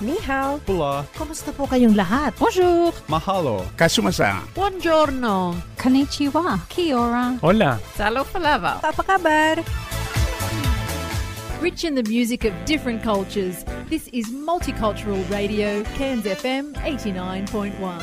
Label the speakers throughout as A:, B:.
A: Ni hao.
B: Pula.
C: Kumusta po kayong lahat?
A: Bonjour.
B: Mahalo.
D: Kasumasa.
A: Buongiorno.
E: Konnichiwa. Kia ora.
F: Hola.
G: Salo palava.
A: Apa kabar?
G: Rich in the music of different cultures, this is Multicultural Radio, Cairns FM 89.1.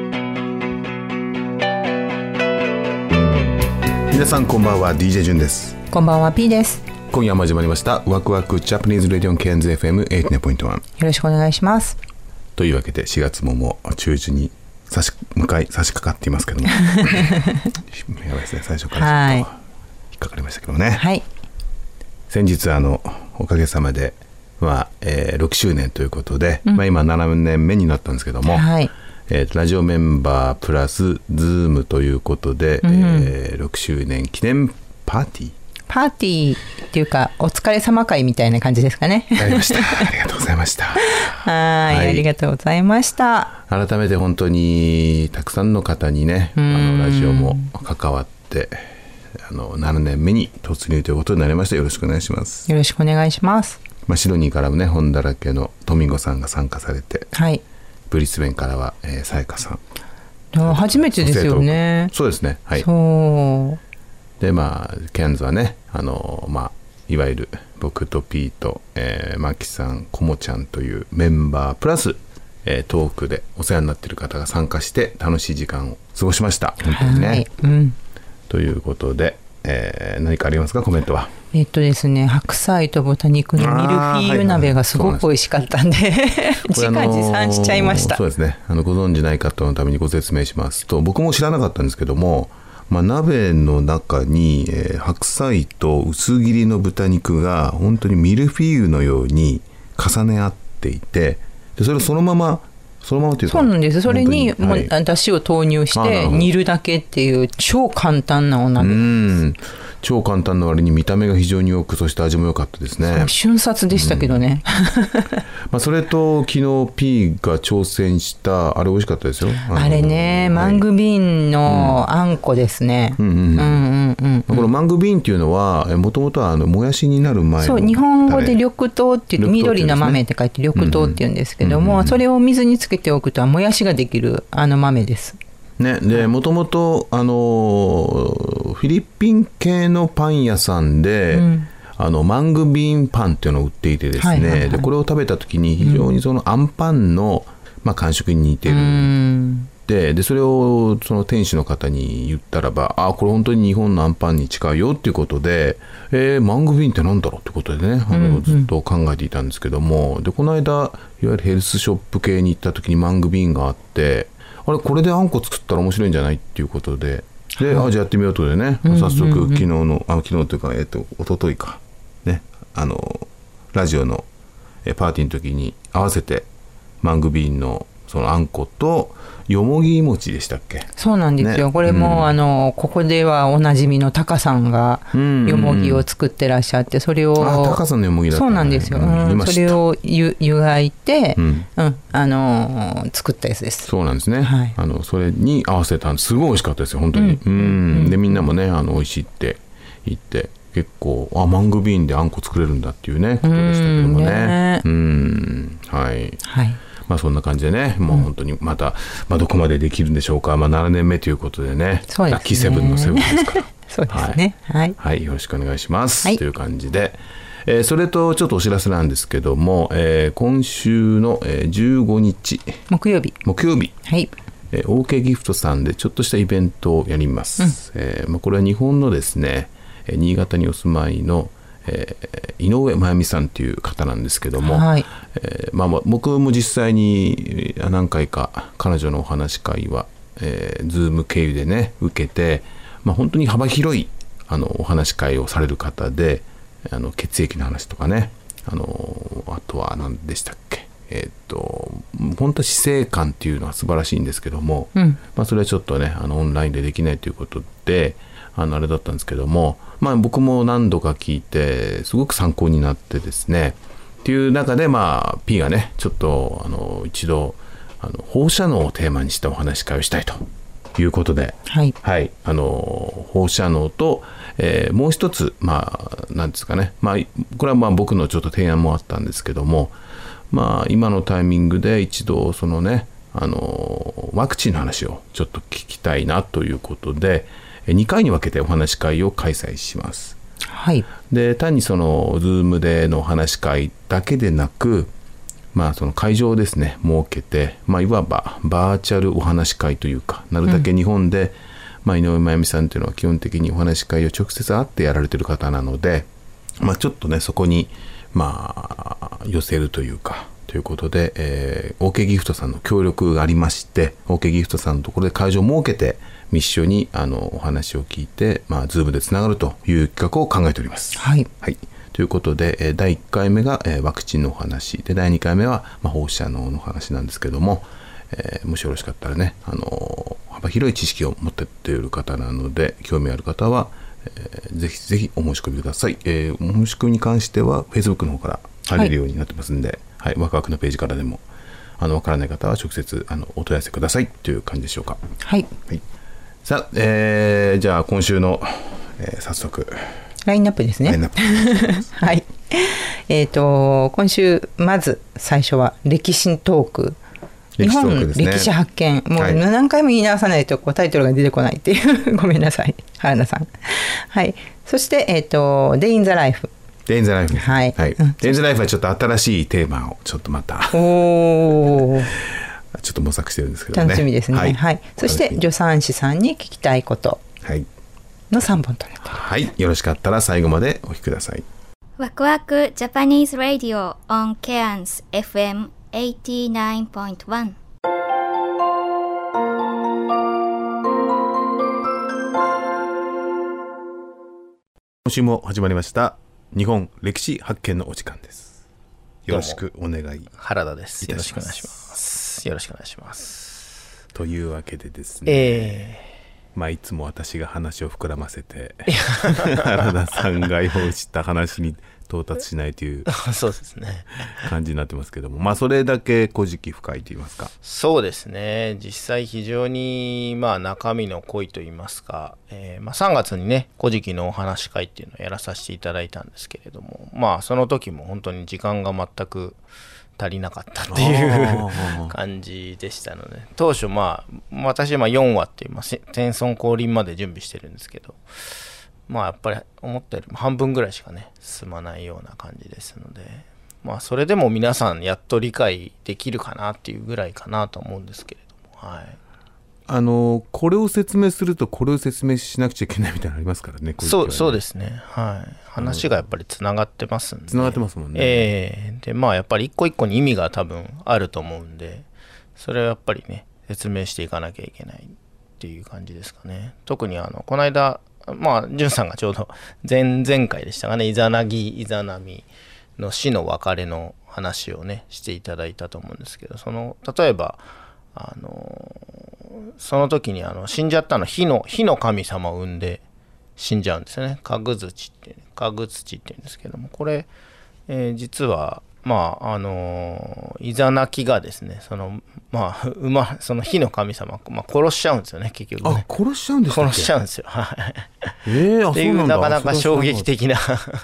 H: 皆さんこんばんは DJ ジュンです
I: こんばんは P ですよ
H: 今夜も始まりましたワクワクジャパニーズレディオンケンズ FM89.1
I: ろしくお願いします
H: というわけで4月ももう中旬に差し向かい差し掛かっています けどもやばいですね最初からちょっと引っかかりましたけどね、
I: はい
H: 先日あのおかげさまでまあ、えー6周年ということで、まあ今7年目になったんですけども、
I: はい
H: えーラジオメンバープラスズームということで、えー6周年記念パーティー
I: パーティーっていうかお疲れ様会みたいな感じですかね
H: やりました ありがとうございました
I: はい
H: はい
I: ありがとうございました
H: 改めて本当にたくさんの方にねあのラジオも関わってあの7年目に突入ということになりましたよろしくお願いします、
I: よろしくお願いします
H: まあ、シドニーからもね本だらけのトミンゴさんが参加されて
I: はい
H: ブリスベンからはえーさやかさん
I: あ初めてですよね
H: そうですねはい
I: そう
H: でまあケンズはねあのまあいわゆる僕とピーと、えー、マキさんコモちゃんというメンバープラス、えートークでお世話になってる方が参加して楽しい時間を過ごしました本当にね、
I: はい、うん
H: ということで、えー何かありますかコメントは
I: えっとですね白菜と豚肉のミルフィーユ鍋がすごく美味しかったんで
H: これ
I: 自
H: あの
I: 家自産しちゃいました
H: そうですねあのご存じない方のためにご説明しますと僕も知らなかったんですけども、まあ、鍋の中に、えー白菜と薄切りの豚肉が本当にミルフィーユのように重ね合っていてでそれをそのままそのままというか
I: そうなんですそれに
H: 本当
I: もう
H: はい
I: だしを投入し
H: あなる
I: て
H: ほど
I: 煮るだけっていう超簡単なお
H: う
I: 鍋
H: ん超簡単な割に見た目が非常によくそして味も良かったですね
I: 瞬殺でしたけどね、
H: まあ、それと昨日 P が挑戦したあれ美味しかったですよの
I: あれね、
H: はい
I: マングビーンのあんこですね、うん、うんうんうん
H: このマングビーンっていうのはもともとはあのもやしになる前の
I: そう日本語で
H: タレ
I: 緑豆って言って
H: 緑豆って言うんですね
I: 緑の豆って書いて緑豆って言うんですけども、それを水につけておくともやしができるあの豆です
H: ねでもともとあのーフィリピン系のパン屋さんで、あのマングビーンパンっていうのを売っていてですね、
I: はいはいはい
H: でこれを食べた時に非常にそのあんパンの、まあ、感触に似てる
I: うん
H: ででそれをその店主の方に言ったらばあこれ本当に日本のアンパンに近いよっていうことで、えーマングビーンってなんだろうってことでねあの、ずっと考えていたんですけどもでこの間いわゆるヘルスショップ系に行った時にマングビーンがあってあれこれであんこ作ったら面白いんじゃないっていうことでで、あじゃあやってみようということでね、早速昨日のあ昨日というか、えっと一昨日かねあのラジオのえパーティーの時に合わせてマングビーンのそのあんことよもぎ餅でしたっけ
I: そうなんですよ、
H: ね
I: これも、
H: うん
I: あのここではおなじみのタカさんが
H: うん
I: よもぎを作ってらっしゃってそれを
H: あタカさんのよもぎだった
I: そ
H: ね
I: うなんですよ、
H: うん
I: うん
H: 見ました
I: それをゆ湯がいて、
H: う
I: うんんあのー作ったやつです
H: そうなんですね、
I: はい
H: あのそれに合わせたんですごい美味しかったですよ本当にうん、でみんなもねあの美味しいって言って結構あマングビーンであんこ作れるんだっていうねことでしたけどもね
I: うん
H: う
I: ね
H: んはい
I: はい
H: まあそんな感じでねもう本当にまた、まあ、どこまでできるんでしょうか、まあ、7年目ということでね
I: そうですね
H: ラッキーセブンのセブンですから
I: そうですねはい、
H: はい、よろしくお願いします。
I: はい
H: という感じで、えーそれとちょっとお知らせなんですけども、えー今週の、えー15日
I: 木曜日
H: 木曜日、
I: はい
H: えー OK ギフトさんでちょっとしたイベントをやります。えーまあ、これは日本のですね、えー新潟にお住まいの、えー井上真由美さんという方なんですけども、
I: はい
H: えーまあまあ、僕も実際にえー何回か彼女のお話し会は、えー、Zoom 経由でね受けて、まあ、本当に幅広いあのお話し会をされる方であの血液の話とかねあのあとは何でしたっけえーっとも本当は姿勢感っていうのは素晴らしいんですけども、
I: うん
H: まあ、それはちょっとねあのオンラインでできないということであのあれだったんですけども、まあ、僕も何度か聞いてすごく参考になってですねっていう中で、まあ、P がねちょっとあの一度あの放射能をテーマにしたお話し会をしたいということで。
I: はい。
H: はい、あの放射能と、えーもう一つ、まあ、なんですかね、まあ、これはまあ僕のちょっと提案もあったんですけども、まあ、今のタイミングで一度、そのね、あのワクチンの話をちょっと聞きたいなということで、2回に分けてお話し会を開催します。
I: はい。
H: で単にその Zoom でのお話し会だけでなく、まあ、その会場をですね設けて、まあ、いわばバーチャルお話し会というかなるだけ日本で、まあ、井上真由美さんというのは基本的にお話し会を直接会ってやられてる方なので、まあ、ちょっとねそこに、まあ、寄せるというか。ということで、えー、OK ギフトさんの協力がありまして、OK ギフトさんのところで会場を設けて、一緒にあのお話を聞いて、まあ、Zoom でつながるという企画を考えております。
I: はい
H: はい、ということで、えー第1回目が、えーワクチンのお話で第2回目は、まあ、放射能の話なんですけども、えーもしよろしかったらね、あのー幅広い知識を持ってっている方なので興味ある方は、えーぜひぜひお申し込みください、えーお申し込みに関しては Facebook の方から入れるようになってますんで、はいワクワクのページからでもあの分からない方は直接あのお問い合わせくださいという感じでしょうか。
I: はい。
H: はい、さあ、えーじゃあ今週の、えー早速
I: ラインナップです
H: ライン
I: ね。
H: ナップ
I: はい。えっ、と、今週、まず最初は歴史トーク。日
H: 歴史トーク
I: 本
H: ですね
I: 歴史発見、も
H: は
I: う
H: い
I: 何回も言い直さないとこうタイトルが出てこないっていう ごめんなさい原田さんはいそしてえっ、と「デイン・ザ・ライフ
H: デインズライフ。
I: はい
H: はい
I: うん。
H: デインズライフはちょっと新しいテーマをちょっとまた 」ちょ
I: おお
H: っと模索してるんですけどね。
I: 楽しみですねはい、そし
H: お楽
I: て
H: みに
I: 助産師さんに聞きたいこと
H: はい。
I: の3本となってる
H: はい。よろしかったら最後までお聞きください。
J: ワクワクジャパニーズラディオ on Cairns FM 89.1
H: 今週も始まりました。日本歴史発見のお時間です。よろしくお願い。
K: 原田です。
H: い
K: よ
H: た
K: ろ
H: し
K: しくお
H: ます
K: 願いします。よろしくお願いします。
H: というわけでですね。
K: え
H: まあ、いつも私が話を膨らませて、原田さんが用意した話に到達しないという
K: ー、そうですね。
H: 感じになってますけども、まあ、それだけ古事記深いと言いますか。
K: そうですね。実際非常に、まあ、中身の濃いと言いますか、えーまあ、3月にね、古事記のお話し会っていうのをやらさせていただいたんですけれども、まあ、その時も本当に時間が全く足りなかったっていう
H: あー
K: 感じでしたので、当初、まあ、私、まあ、4話っていう、まあ、せ天孫降臨まで準備してるんですけど、まあ、やっぱり思ったよりも半分ぐらいしかね、進まないような感じですので、まあ、それでも皆さんやっと理解できるかなっていうぐらいかなと思うんですけれども、はい。
H: あのこれを説明するとこれを説明しなくちゃいけないみたいなのありますからね。
K: そう、そう
H: で
K: ですね。はい。話がやっぱりつながってますんで。
H: つながってますもんね。
K: ええで、まあ、やっぱり一個一個に意味が多分あると思うんで、それはやっぱりね、説明していかなきゃいけないっていう感じですかね。特に、あの、この間、まあ、んさんがちょうど前々回でしたかね、イザナギ、イザナミの死の別れの話をね、していただいたと思うんですけど、その、例えば、あの、その時にあの死んじゃったの火の火の神様を産んで死んじゃうんですよね家具土っていう家具土っていうんですけどもこれ、えー実はまああのーイザナキがですねそのまあ馬その火の神様、まあ、殺しちゃうんですよね結局
H: あ
K: ね
H: 殺しちゃうんですか
K: 殺しちゃうんですよはい
H: ええあ
K: ってい
H: そうな
K: うん
H: だ
K: なかなか
H: それ
K: 衝
H: は
K: 撃
H: 知ら
K: 的な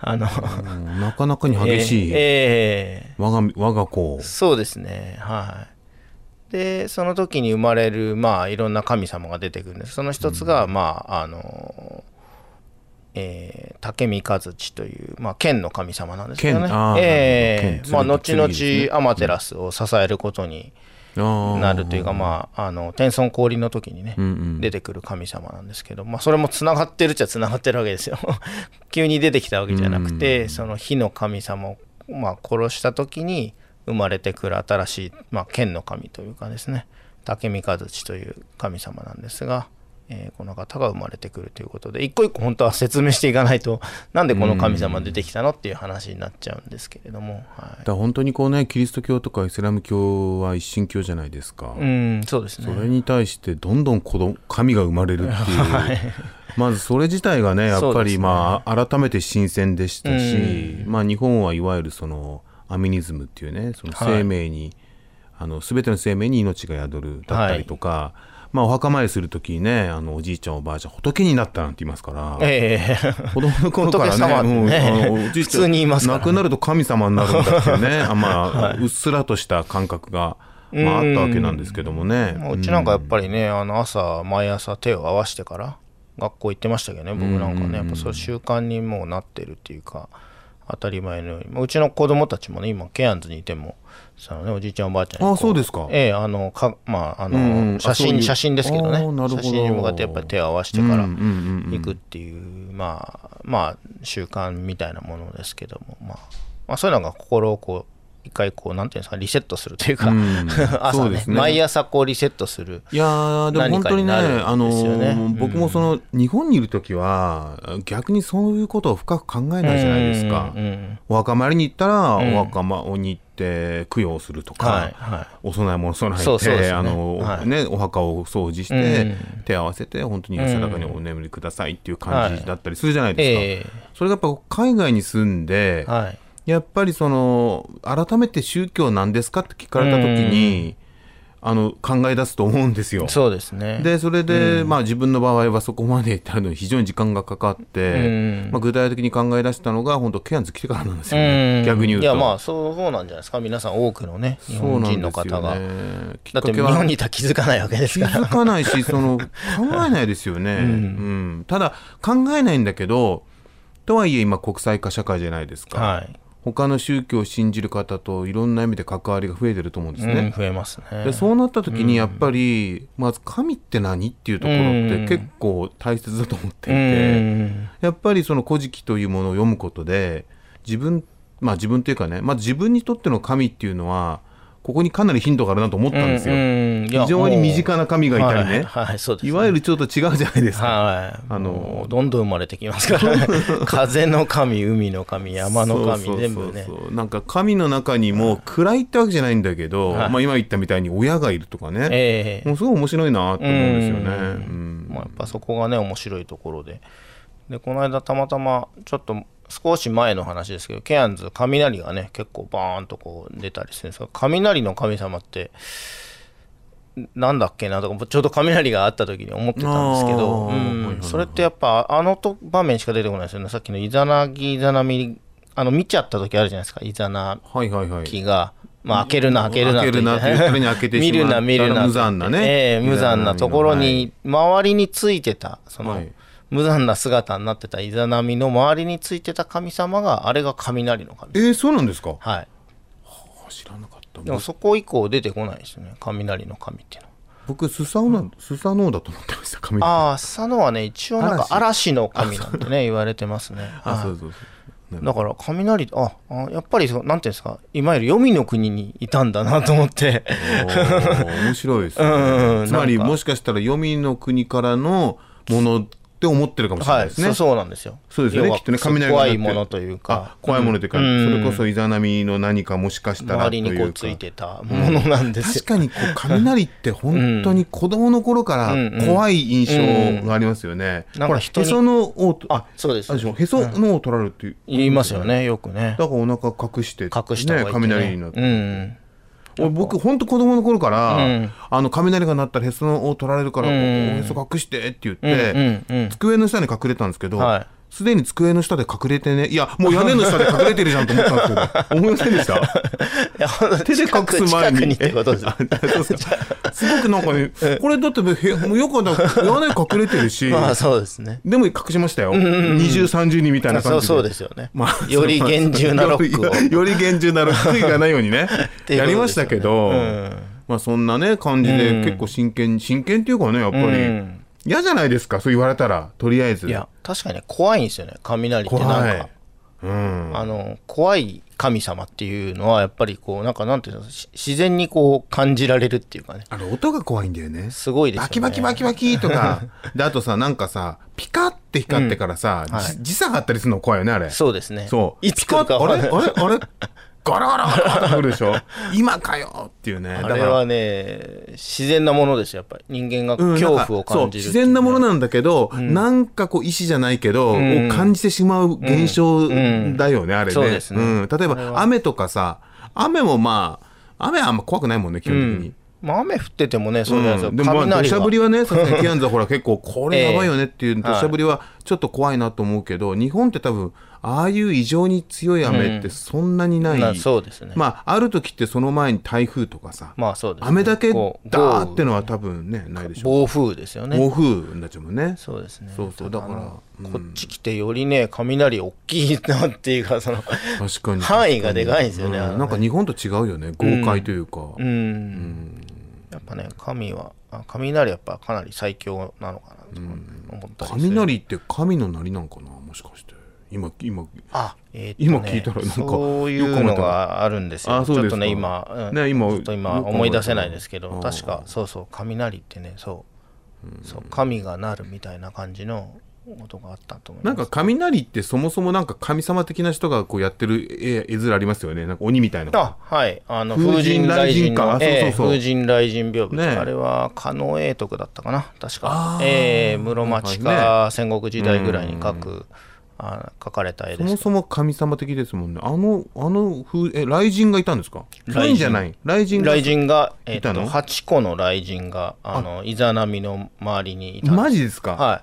K: あ
H: な
K: の
H: かったうんなかなかに激しい、
K: えーえー
H: 我が我が子
K: そうですねはいでその時に生まれるまあいろんな神様が出てくるんですその一つが、まああのえー竹三和地という、まあ、剣の神様なんですけどね
H: 剣あーなる
K: え
H: ほど
K: え
H: 剣
K: まあ、
H: 剣剣ですね
K: 後々アマテラスを支えることにな
H: な
K: るというか、まあ、あの天孫降臨の時にね、出てくる神様なんですけど、まあ、それもつながってるっちゃつながってるわけですよ 急に出てきたわけじゃなくて、その火の神様を、まあ、殺した時に生まれてくる新しい、まあ、剣の神というかですね竹三和地という神様なんですが、えーこの方が生まれてくるということで一個一個本当は説明していかないと なんでこの神様出てきたのっていう話になっちゃうんですけれども、は
H: だから本当にこうねキリスト教とかイスラム教は一神教じゃないですか、
K: い、うんそうです
H: そ
K: ね
H: れに対してどんどん子供神が生まれるっていう、 まずそれ自体がねやっ
K: そ
H: ぱ
K: うで
H: り、
K: すね
H: まあ改めて新鮮でしたし、まあ、日本はいわゆるそのアミニズムっていうねその
K: はい
H: 生命に、あの全ての生命に命が宿るだったりとか、まあ、お墓参りする時にねあのおじいちゃんおばあちゃん仏になったなんて言いますから。
K: ええ
H: 子供の頃から
K: 仏様
H: ね、
K: ってね
H: もう あのおじい
K: 普
H: ちゃん
K: 通に言いますから
H: 亡くなると神様になるんだっていう ね、あまあ、うっすらとした感覚が、まあ、あったわけなんですけどもね。
K: まあうちなんかやっぱりね、あの朝毎朝手を合わせてから学校行ってましたけどね僕なんかね、やっぱそういう習慣にもうなってるっていうか当たり前のように、まあうちの子供たちもね今ケアンズにいてもそのねおじいちゃんおばあちゃんにこ
H: あそうですか
K: ええあのかまああの、
H: うんうん
K: 写
H: あそうい
K: 真
H: う
K: 写真ですけど
H: あ
K: ね
H: ーなるほど
K: 写真に向かってやっぱり手を合わせてから
H: うんうんうんうん
K: 行くっていう、まあまあ習慣みたいなものですけども、まあ、まあそういうのが心をこう一回こうなんていうんですかリセットするというか、
H: うん
K: 朝
H: そうで
K: ね
H: すね
K: 毎朝こうリセットする
H: いやーでも本当にね、
K: 何かにな
H: あ
K: るん
H: の
K: ですよね
H: ー僕もその日本にいる時は逆にそういうことを深く考えないじゃないですか。
K: うんうん
H: お墓参りに行ったら、
K: ん
H: お墓参りに行って供養するとか、
K: はいはい
H: お供え物を備えて
K: そうそうですね
H: あの
K: はい
H: ね、お墓を掃除して、
K: う
H: 手を合わせて本当に安らかにお眠りくださいっていう感じだったりするじゃないですか。
K: え
H: それがやっぱ海外に住んで、
K: えはい
H: やっぱりその改めて宗教なんですかって聞かれた時に、あの考え出すと思うんですよ。
K: そうですね
H: でそれで、まあ、自分の場合はそこまで至るのに非常に時間がかかって、
K: うん
H: まあ、具体的に考え出したのが本当ケアンズ来てからなんですよ
K: う
H: ね
K: ん
H: 逆に言うと。
K: いやまあそうそうなんじゃないですか皆さん多くのね日
H: そう
K: 本
H: なん
K: 人
H: で
K: の
H: す
K: 方
H: よ
K: が、
H: ね、き
K: だ
H: っか
K: って
H: け
K: 日
H: は
K: 本にいたら気づかないわけです
H: 気
K: から
H: づかないし その考えないですよね、うんただ考えないんだけどとはいえ今国際化社会じゃないですか、
K: はい、
H: 他の宗教を信じる方といろんな意味で関わりが増えてると思うんですね。
K: うん、増えますね
H: でそうなった時にやっぱり、まず神って何っていうところ
K: うん
H: って結構大切だと思っていて、
K: うん
H: やっぱりその「古事記」というものを読むことで自分まあ自分というかね、まあ、自分にとっての神っていうのはここにかなりヒントがあるなと思ったんですよ。
K: うんいや
H: 非常に身近な神がいたりね、
K: はいはいそうです
H: い
K: ね
H: わゆるちょっと違うじゃないですか。
K: はい、
H: あの
K: もうどんどん生まれてきますか らね風の神海の神山の神
H: そうそうそうそう
K: 全部ね
H: なんか神の中にも暗いってわけじゃないんだけど、
K: はい
H: まあ今言ったみたいに親がいるとかね、
K: ええ
H: もうすごい面白いなと思うんですよね。う
K: う
H: ん
K: まあ、やっぱそこがね面白いところででこの間たまたまちょっと少し前の話ですけどケアンズ雷がね結構バーンとこう出たりするんですが雷の神様ってなんだっけなとかちょうど雷があった時に思ってたんですけど、
H: あーはいはい
K: うん
H: はい、
K: それってやっぱあのと場面しか出てこないですよねさっきのイザナギイザナミあの見ちゃった時あるじゃないですかイザナ
H: はいはいはい。
K: 気が、まあ、開けるな、開けるな
H: 開けるな
K: と言って
H: って言ったのに開けてしまう
K: 見るな、見るな。
H: 無残なね
K: ええ無残なところに、周りについてた、その、
H: はい
K: 無残な姿になってたイザナミの周りについてた神様が、あれが雷の神。
H: えー、そうなんですか。
K: はい。
H: 知らなかった。
K: でもそこ以降出てこないですよね、雷の神っていうのは。
H: 僕スサノスサノオだと思ってました。髪の毛
K: ああ、佐野はね、一応なんか
H: 嵐
K: 嵐の神 なんてね、言われてますね。
H: あ、そ
K: は
H: う
K: い
H: そうそう。
K: だから雷ああやっぱりそうなんていうんですかいわゆる黄泉の国にいたんだなと思って
H: おー面白いです、ね
K: うんうん
H: つまり
K: なんか
H: もしかしたら黄泉の国からのものって思ってるかもしれないですね。
K: はい、そうそうなんですよ。
H: そうですよね
K: 要は
H: きっとね雷が
K: 怖
H: 鳴っ
K: い
H: て
K: ものというか
H: あ、怖いものというか、
K: ん
H: それこそイザナミの何かもしかしたら
K: 周
H: とい
K: り
H: う
K: にこう
H: か
K: ついてたものなんですよ
H: 確。かにこう雷って本当に子供の頃から怖い印象がありますよね。
K: うんなんか人
H: ほらへ
K: に
H: その緒をと
K: あそうです
H: あれしょへその緒を取られるっていう
K: 言いますよ。ね、よくね。
H: だからお腹隠して
K: 隠した方がいいってね、
H: 雷になって。
K: うん。
H: 俺僕本当子供の頃から、
K: うん
H: あの雷が鳴ったらへその緒を取られるから、
K: うん
H: おへそ隠してって言って、
K: うんうんうん
H: 机の下に隠れたんですけど。
K: はい
H: すでに机の下で隠れてね。いや、もう屋根の下で隠れてるじゃんと思ったんです けど。思いませんでした
K: いやほんと
H: 手で隠す前
K: 近く
H: に。
K: にってことです。
H: あそうですかすごくなんかね、これだってへもうよくだ屋根隠れてるし、
K: まあそうですね。
H: でも隠しましたよ。二重三重にみたいな
K: そ
H: 感
K: う
H: じ
K: そうですよね。より厳重なロック を。
H: よりより厳重なロック悔いがないよう にね
K: ていうことですよね
H: やりましたけど、
K: うん
H: まあそんなね感じで結構真剣、真剣っていうかねやっぱり、
K: うん
H: 嫌じゃないですかそう言われたらとりあえず
K: いや、確かにね怖いんですよね、雷ってなん
H: 怖
K: か
H: い。。うん
K: あの怖い神様っていうのはやっぱりこうなんかなんていうのし自然にこう感じられるっていうかね
H: あの音が怖いんだよね。
K: すごいですよね
H: バキバキバキバキと か。で、あとさ、なんかさ、ピカって光ってからさ、
K: うんはい
H: じ時差があったりするの怖いよね、あれ。
K: そうですね
H: そう。
K: いつ来る
H: ピカ
K: か
H: ッあれ
K: わかんない
H: あれあれガラガラガラって来るでしょ今かよっていうね。だ
K: あ
H: から
K: れはね自然なものですよやっぱり人間が
H: うん
K: 恐怖を感じる
H: なんかそう
K: っ
H: 自
K: ていうね
H: 然なものなんだけど、なんかこう意志じゃないけど、
K: ん
H: を感じてしまう現象だよね、あれね
K: そうですね
H: ん例えば雨とかさ雨もまあ雨はあんま怖くないもんね基
K: う
H: 本的に
K: ん、まあ雨降っててもねそうなんですよ、
H: うんでもまあ土
K: 雷
H: 砂
K: は
H: 降りは ねさすがにキアンザほら結構これやばいよねっていう土
K: はい
H: 砂降りはちょっと怖いなと思うけど、日本って多分ああいう異常に強い雨ってそんなにない、
K: なそうですね
H: まあある時ってその前に台風とかさ、
K: まあそうですね
H: 雨だけだ
K: こう
H: ーっての
K: 豪
H: は多分ねないでし
K: 雨
H: ょう
K: 暴風ですよね
H: 暴風になっちゃうもんね。
K: そうですね
H: そうそう
K: た
H: だから
K: な
H: うん
K: こっち来てよりね雷大きいなっていうかその
H: 確かに
K: 範囲がでかいんですよね
H: う
K: あのね
H: なんか日本と違うよね豪快というか、
K: うん、やっぱね神はあ雷やっぱかなり最強なのかなと思ったりする、
H: 雷って神のなりなんかなもしかして今今
K: あ、えーっとね
H: 今聞いたらなんか
K: そういうのがあるんですよ
H: あそう
K: ちょ
H: で
K: っ
H: す
K: と
H: か
K: ね今、うん
H: ね今
K: ちょっと今思い出せないですけ
H: よく
K: ど
H: 思い出
K: 確
H: せない
K: かそうそう雷ってねそうそう神がなるみたいな感じのことがあったと思い
H: な
K: ま
H: ん
K: す
H: か雷ってそもそもなんか神様的な人がこうやってる絵絵面ありますよねなんか鬼みたいな
K: あはいあの
H: 風
K: 風
H: 神
K: 神
H: 雷神
K: 雷神
H: か
K: の
H: あそうそう
K: ええ
H: そう
K: 風神雷神屏風、
H: ねえ
K: あれは狩野英徳だったかな確
H: あ
K: か
H: ー
K: ええ室町
H: はい
K: か戦国時代ぐらいに描くあ描かれた絵
H: そ
K: で
H: も
K: す
H: そも神様的ですもんねあのあの風え雷神がいたんですか雷神
K: 雷神
H: じゃない雷神が
K: 雷神が、えっ
H: いたの
K: と8個の雷神があのイザナミの周りにいたんです
H: マジですか、
K: は
H: あ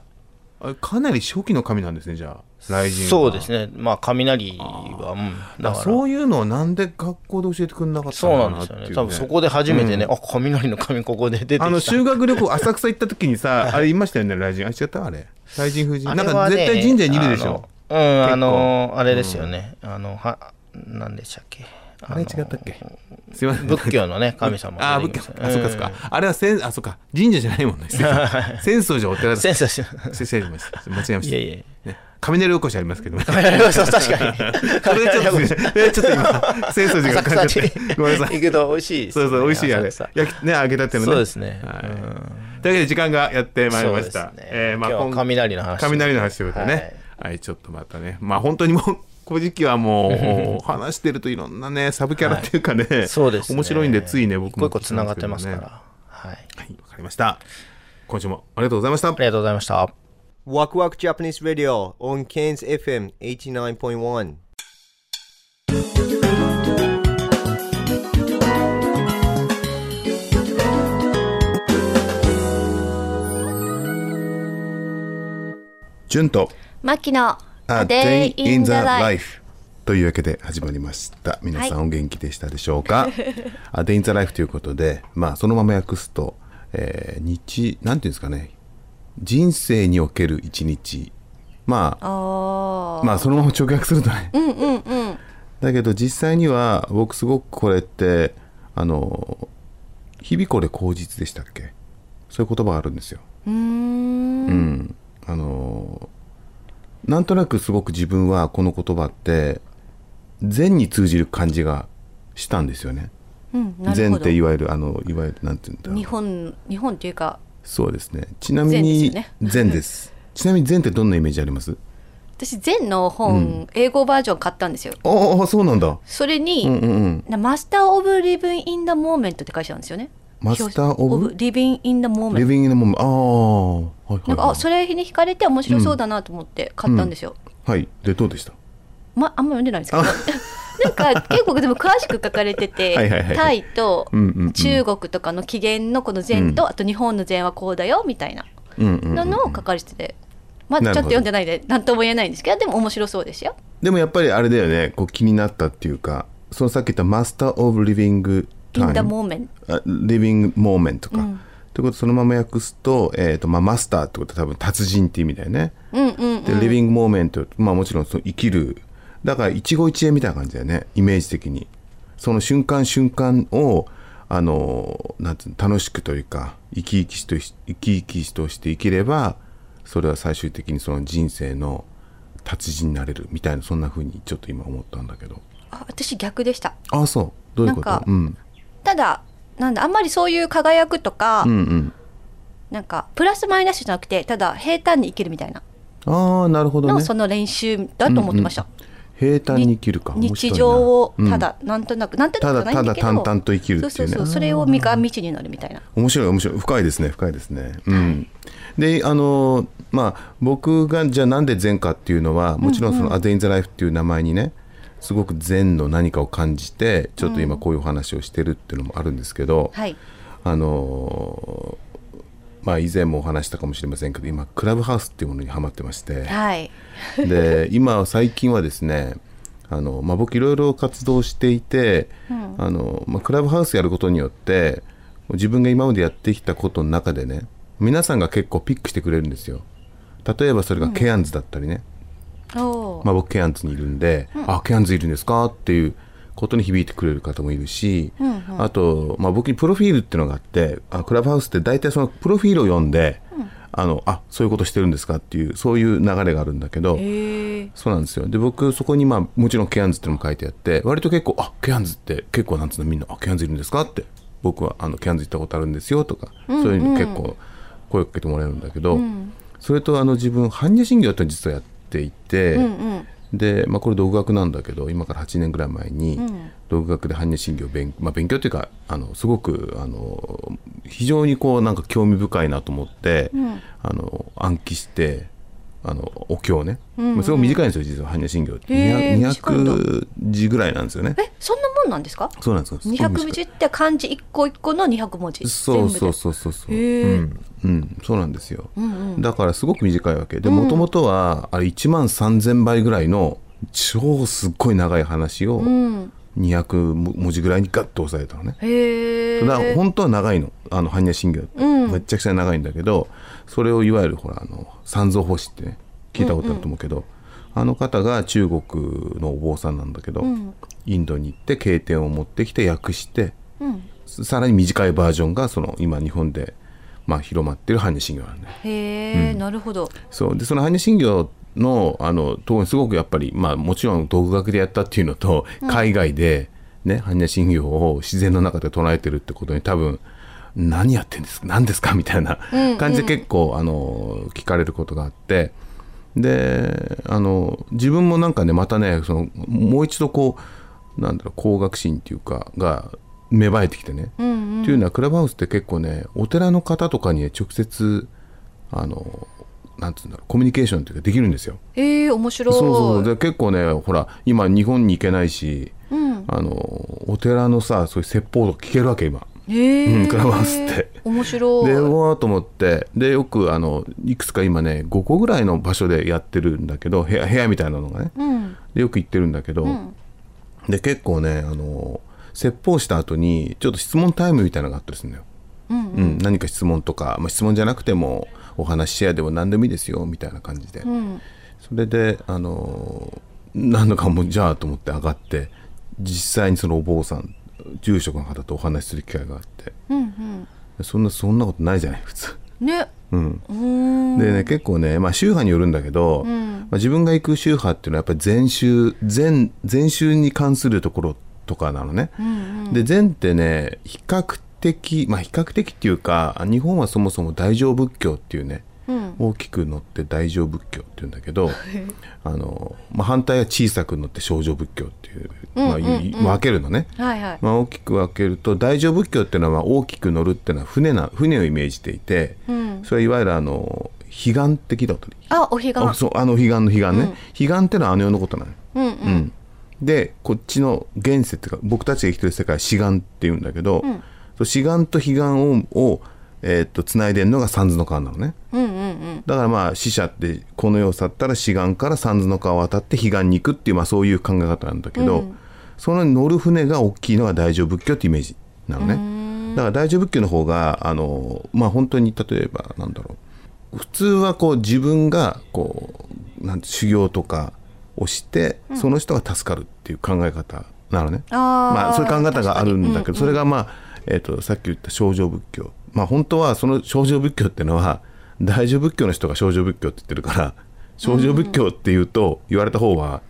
H: かなり初期の神なんですねじゃあ雷
K: い
H: 神は
K: そうですねまあ雷はうんだ
H: だからら
K: か
H: そういうのをなんで学校で教えてくれなかった
K: そう
H: の
K: な
H: か
K: ん
H: なってい
K: ですよ
H: う、
K: ね多分そこで初めてね、あ雷の神ここで出てきた
H: あの修学旅行浅草行った時に さあれ言いましたよね雷神あ違ったあれ雷神風
K: あ
H: 神な
K: れ
H: ん
K: は
H: か
K: ね
H: 絶対神社にいるでしょ
K: あのうん、あの
H: 結
K: あれですよね。あの、は、なんでしたっけ。あ
H: あ
K: の
H: れ違ったっけすいません
K: 仏教のね、神様。
H: ああ、仏教。あ、そっかそっか。あれはせん、あ、そっか。神社じゃない もんね。戦争寺お寺だ。
K: セン
H: 失
K: サーし。
H: 礼しました。間違えま
K: い
H: した
K: や。いや。
H: ね雷おこしありますけども。そ
K: カメ ラそう確かに。
H: れ ちょっと、えちょっと今、戦争寺が感じちゃってごめんなさい。
K: 行くと美味しいです
H: そ
K: ね。
H: うそう、美味しいあれ。
K: 浅草
H: 焼きね、揚げたてのね。
K: そうですね。
H: はい
K: うん
H: というわけで時間がやってまいりまし
K: そ
H: た
K: う。ですね
H: えーまあ
K: 今日は
H: 今
K: 雷の話
H: 雷の話ということで
K: は
H: ね
K: い。
H: はい、ちょっとまたね。まあ本当にもう、 古事記はもう 話してるといろんなねサブキャラっていうかね、
K: そうです。
H: 面白いんでついね僕も
K: 一個一個繋がってますから。はい。
H: はい、わかりました。今週もありがとうございました
K: あ。りがとうございました。
B: Waku Waku Japanese Radio on Cairns FM 89.1.
L: 純と
J: マキの
L: A
J: A Day in the Life
L: というわけで始まりました皆さんお元気でしたでしょう か、A Day in the Life ということでまあそのまま訳すと、えー日なんていうんですかね人生における一日まあまあそのまま直訳するとねだけど実際には僕すごくこれってあの日々これ口実でしたっけそういう言葉があるんですようんあのなんとなくすごく自分はこの言葉って善に通じる感じがしたんですよね。
G: うん、なる
L: 善
G: ほ
L: っ
G: ど
L: ていわゆるあのいわゆるなんて言うんだろう
G: 日本日本っていうか
L: そうですね。ちなみに
G: 善ですよね
L: 善 です。ちなみに善ってどんなイメージあります？
G: 私禅の本、英語バージョン買ったんですよ
L: ああそうなんだ。
G: それに、
L: うんうんうん。
G: なマスター・オブ・リビン・イン・ダ・モーメントって書いてあるんですよね
L: マスターオブ
G: リビン・イン・ダ・モーメ
L: リ
G: ント
L: ビングのもああはいはい、はい、
G: なんかあそれに惹かれて面白そうだなと思って買ったんですよ、
L: はいでどうでした？
G: まあんま読んでないんですけど なんか結構でも詳しく書かれてて
L: はいはいはい
G: タイと
L: うんうんうん
G: 中国とかの起源のこの禅と、あと日本の禅はこうだよみたいな
L: うんうんうん
G: ののを書かれてて、まだちょっと読んでないんで何とも言えないんですけどでも面白そうですよ
L: でもやっぱりあれだよねこう気になったっていうかそのさっき言ったマスターオブリビング
G: イン
L: タイ
G: ダ
L: ム
G: モーメント
L: リビングモーメントか、ということでそのまま訳すと,、えーとまあ、マスターってことは多分達人って意味だよね。
G: うんうん
L: でリビングモーメント、まあ、もちろんその生きるだから一期一会みたいな感じだよねイメージ的にその瞬間瞬間をあのなんていうの楽しくというか生き生きしとし生き生きとして生きればそれは最終的にその人生の達人になれるみたいなそんな風にちょっと今思ったんだけど
F: 私逆でした
H: あそうどういうこと
F: なんか
H: うん
F: ただなんだあんまりそういう輝くとか、
H: うんうん、
F: なんかプラスマイナスじゃなくてただ平坦に生きるみたいな
H: ああなるほど
F: の
H: ね
F: その練習だと思ってました、
H: うんうん平坦に生きるか面白
F: 日
H: いな
F: 常をた
H: うん
F: だ、なんとなくなんとなくじゃないんだけど
H: ただただ淡々と生きるっていうね
F: そうそうそうそれを未完未知になるみたいな
H: 面白い面白い深いですね深いですねうんであのまあ僕がじゃあなんで善かっていうのはもちろんそ
F: うんう
H: の
F: ん
H: 「アデイン・ザ・ライフ」っていう名前にねすごく善の何かを感じてちょっと今こういうお話をしてるっていうのもあるんですけど、
F: はい
H: あのまあ以前もお話したかもしれませんけど今クラブハウスっていうものにハマってまして、
F: はい
H: で今最近はですねあの、まあ、僕いろいろ活動していて、
F: うん
H: あのまあ、クラブハウスやることによって自分が今までやってきたことの中でね皆さんが結構ピックしてくれるんですよ例えばそれがケアンズだったりね、
F: おー
H: まあ、僕ケアンズにいるんで「
F: うん
H: あケアンズいるんですか?」っていうことに響いてくれる方もいるし、
F: うんうん
H: あと、まあ、僕にプロフィールっていうのがあってあクラブハウスって大体そのプロフィールを読んで、あのあそういうことしてるんですかっていうそういう流れがあるんだけど、そうなんですよで僕そこにまあもちろんケアンズってのも書いてあって割と結構「あケアンズって結構なんつうのみんなあケアンズいるんですか?」って僕はあのケアンズ行ったことあるんですよとか、
M: うんうん
H: そういうの結構声をかけてもらえるんだけど、
M: うん
H: それとあの自分般若心経ってのを実はやっていて、
M: うんうん
H: で、まあ、これ独学なんだけど今から8年ぐらい前に
M: うん
H: 独学で般若心経を勉,、まあ、勉強というかあのすごくあの非常にこうなんか興味深いなと思って、
M: うん
H: あの暗記してあのお経ね、
F: うんうん
H: まあすごい短いんですよ実は般若心経って
F: へー短いんだ
H: 200字ぐらいなんですよね。
F: えそんなもんなんですか
H: そうなんですよすごい短い
F: 200文字って漢字一個一個の200文字
H: そう
F: 全
H: そ
F: 部
H: う
F: で
H: そうそうそう、
F: へ
H: う
F: ー
H: ん、うん、そうなんですよ、
F: うんうん
H: だからすごく短いわけで
F: うん
H: もともとはあれ1万3,000倍ぐらいの超すっごい長い話を
F: うん
H: 200文字ぐらいにガッと押さえたのね、
F: へえ
H: だから本当は長いのあの般若心経って、
F: うん
H: めっちゃくちゃ長いんだけどそれをいわゆるほらあの三蔵法師ってね聞いたことあると思うけど、あの方が中国のお坊さんなんだけど、
M: うん
H: インドに行って経典を持ってきて訳して
F: うん
H: さらに短いバージョンがその今日本で、まあ、広まってる般若心経なんだよ
F: へえ、
H: うん
F: なるほど
H: そうでその般若心経のあの当時すごくやっぱり、まあ、もちろん独学でやったっていうのと、
F: うん
H: 海外で、ね、般若心経を自然の中で唱えてるってことに多分何やってんですか何ですかみたいな
M: うんうん
H: 感じで結構、あの聞かれることがあってであの自分もなんかねまたねそのもう一度こうなんだろう高学心っていうかが芽生えてきてね、
M: うんうん
H: っていうのはクラブハウスって結構ねお寺の方とかにね直接あのなんつうんだろうコミュニケーションというかできるんですよ。
F: へえ面白
H: そう
F: い
H: そうで結構ねほら今日本に行けないし、
F: うん
H: あのお寺のさそういう説法とか聞けるわけ今、
F: へえ、
H: うんクラブハウスって。
F: 面白い
H: でうわーと思ってでよくあのいくつか今ね5個ぐらいの場所でやってるんだけど部屋部屋みたいなのがね、
M: うん
H: でよく行ってるんだけど、
M: うん
H: で結構ねあの説法した後にちょっと質問タイムみたいなのがあったりするんだよ。
M: うん
H: うん何か質問とか、まあ、質問じゃなくてもお話シェアでも何でもいいですよみたいな感じで、
M: うん
H: それであのー何度かもうじゃあと思って上がって実際にそのお坊さん住職の方とお話しする機会があって
F: うん
H: そんなそんなことないじゃない普通。
F: うんね
H: うん
F: うーん
H: でね結構ね、まあ、宗派によるんだけど、
F: うん
H: まあ、自分が行く宗派っていうのはやっぱり禅宗禅禅宗に関するところとかなのね。
M: うんうん
H: で禅ってね比較的まあ比較的っていうか日本はそもそも大乗仏教っていうね、
M: うん
H: 大きく乗って大乗仏教っていうんだけどあの、まあ、反対は小さく乗って小乗仏教っていう、まあ
M: うんうんうん
H: い分けるのね。
M: はいはい
H: まあ、大きく分けると大乗仏教っていうのは大きく乗るっていうのは船な船をイメージしていて、
F: うん
H: それはいわゆるあの彼岸って聞いたことある
F: あお彼
H: あ
F: 岸
H: そうあの彼岸の彼岸ね、
F: うん
H: 彼岸ってのはあの世のことなのよ、
F: うんうん
H: でこっちの現世っていうか僕たちが生きてる世界は死眼っていうんだけど、
F: うん
H: そう死眼と彼岸をを、えーっと繋いでるのが三途の川なのね
F: うんうん
H: だからまあ死者ってこの世を去ったら死眼から三途の川を渡って彼岸に行くっていう、まあ、そういう考え方なんだけど、
M: うん
H: その乗る船が大きいのが大乗仏教ってイメージなのね、だから大乗仏教の方があのまあ本当に例えばなんだろう普通はこう自分がこうなんて修行とかをして、
M: うん
H: その人が助かるっていう考え方なのね
M: あー
H: まあ、そういう考え方があるんだ
M: 確
H: けど、
M: かに
H: それがまあ、えー、とさっき言った少女仏教まあ本当はその少女仏教ってのは大乗仏教の人が少女仏教って言ってるから少女仏教っていうと言われた方は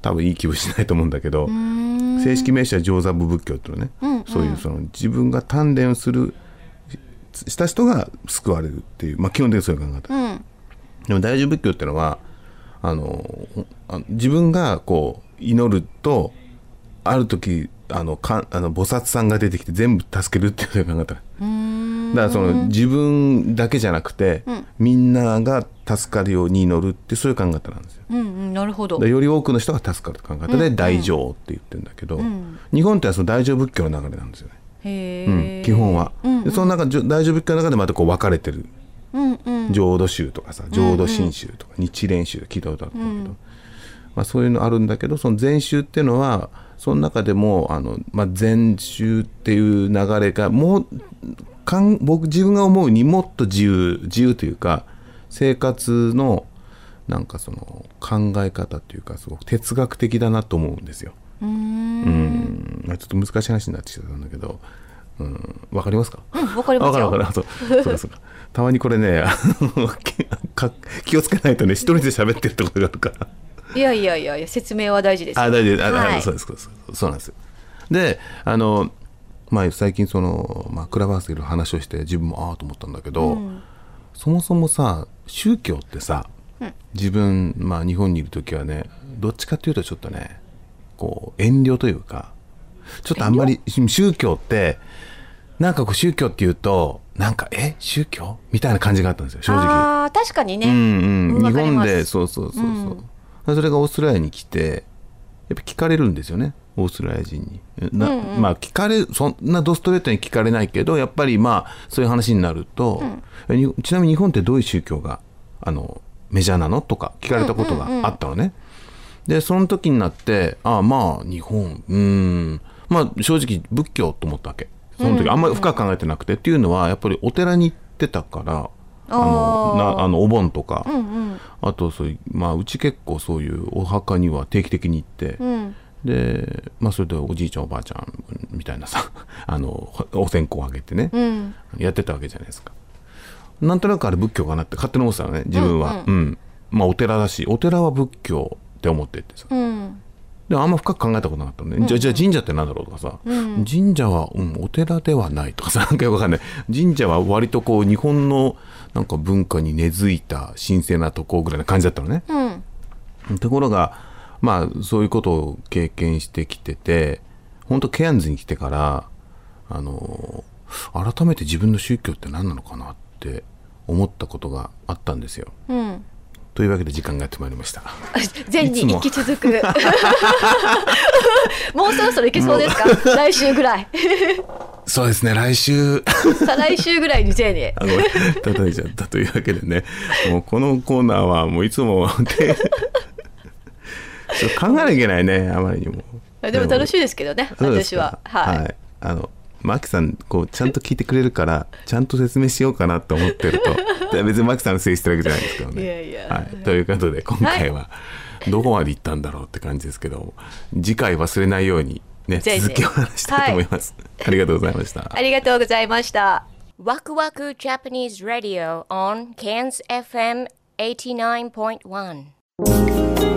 H: 多分いい気分しないと思うんだけど正式名詞は上座部仏教っていうのね、
M: うんうん
H: そういうその自分が鍛錬をするしした人が救われるっていう、まあ、基本的にそういう考え方
M: うん
H: でも大乗仏教ってのはあのあ自分がこう祈るとある時あのかあの菩薩さんが出てきて全部助けるっていう考え方だからその自分だけじゃなくて、
M: うん
H: みんなが助かるように祈るってそういう考え方なんですよ。
M: うんうんなるほ
H: だ
M: ど
H: からより多くの人が助かる考え方
M: う
H: で
M: ん
H: 大乗って言ってるんだけど、
M: うん
H: 日本ってのはその大乗仏教の流れなんですよね、
M: へ
H: うん、基本は。
M: うんうん
H: でその中じょ大乗仏教の中でまたこう分かれてる
M: うんうん
H: 浄土宗とかさ浄土真宗とか日蓮宗聞いたことある、
M: うん
H: まあ、そういうのあるんだけどその禅宗っていうのはその中でもあの、まあ、禅宗っていう流れがもうかん僕自分が思うにもっと自由自由というか生活のなんかその考え方というかすごく哲学的だなと思うんですよ。
M: うー
H: うんんまあ、ちょっと難しい話になってきちゃったんだけど、うん、わかりますか
M: うんわかりますよ
H: わかるわかるそうそうだそうだたまにこれねあのけ か気をつけないとね一人で喋ってるところがあるから
F: いやいやいやいや説明は大事ですよ
H: あ大丈夫ですあ、
F: はい
H: あそうですそうですそうなんですよであの、まあ、最近その、まあ、クラブハウスでいろいろ話をして自分もああと思ったんだけど、
M: うん
H: そもそもさ宗教ってさ
M: うん
H: 自分、まあ、日本にいる時はねどっちかというとちょっとねこう遠慮というかちょっとあんまり宗教ってなんかこう宗教っていうとなんかえ宗教みたいな感じがあったんですよ正直。
F: あー確かにね、
H: うんうん、
F: わ
H: 日
F: かり
H: 本
F: ます
H: でそうそうそうそう、
F: うん
H: それがオーストラリアに来てやっぱ聞かれるんですよねオーストラリア人にな、
M: うんうん
H: まあ聞かれそんなドストレートに聞かれないけどやっぱりまあそういう話になると、えにちなみに日本ってどういう宗教があのメジャーなのとか聞かれたことがあったのね、でその時になってああまあ日本うーんまあ正直仏教と思ったわけその
M: うん
H: 時あんまり深く考えてなくて、っていうのはやっぱりお寺に行ってたからあの
M: あー
H: なあのお盆とか、
M: うん
H: あとそういうまあうち結構そういうお墓には定期的に行って、
M: うん
H: でまあそれでおじいちゃんおばあちゃんみたいなさ あのお線香をあげてね、
M: うん
H: やってたわけじゃないですかなんとなくあれ仏教かなって勝手に思ってたのね自分は
M: う
H: うんん、まあお寺だしお寺は仏教って思っててさ
M: うん
H: であんま深く考えたことなかったのね、
M: うん
H: じゃあじゃあ神社って何だろうとかさ、
M: うん
H: 神社は、うん、お寺ではないとかさなんかよくわかんない神社は割とこう日本のなんか文化に根付いた神聖なとこぐらいな感じだったのね、
M: うん
H: ところがまあそういうことを経験してきてて本当ケアンズに来てからあの改めて自分の宗教って何なのかなって思ったことがあったんですよ。
F: うん
H: というわけで時間がやってまいりました。
F: 全に
H: いつも
F: 行き続く もうそろそろ行けそうですか来週ぐら い
H: そうですね来週
F: 再来週ぐらいに全に
H: あごめん叩いちゃったというわけでねもうこのコーナーはもういつも でちょっと考えなきゃいけないねあまりにも。
F: でも楽しいですけどね
H: そうです
F: 私
H: か
F: ははい、
H: いあのマキさんこうちゃんと聞いてくれるからちゃんと説明しようかなと思ってるといや別にマキさんのせいしてるわけじゃないですけどね
M: いやいや
H: はい、ということで今回はどこまで行ったんだろうって感じですけども次回忘れないようにね
F: ぜひ
H: 続きを話したいと思います、ありがとうございました
F: ありがとうございました
M: ワクワク Japanese Radio on Cairns FM 89.1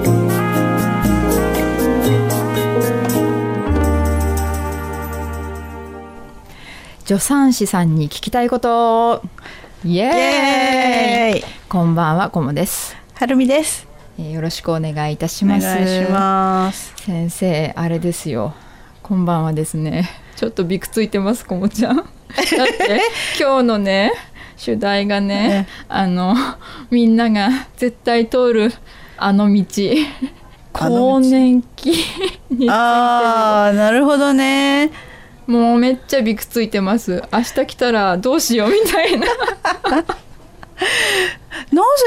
N: 助産師さんに聞きたいことイエーイこんばんはこもですはるみです、えーよろしくお願いいたします
G: お願い し
N: ます先生あれですよこんばんはですねちょっとびくついてますこもちゃんだって今日のね主題がねあのみんなが絶対通るあの道更年期についてああなるほどねもうめっちゃびくついてます明日来たらどうしようみたいなな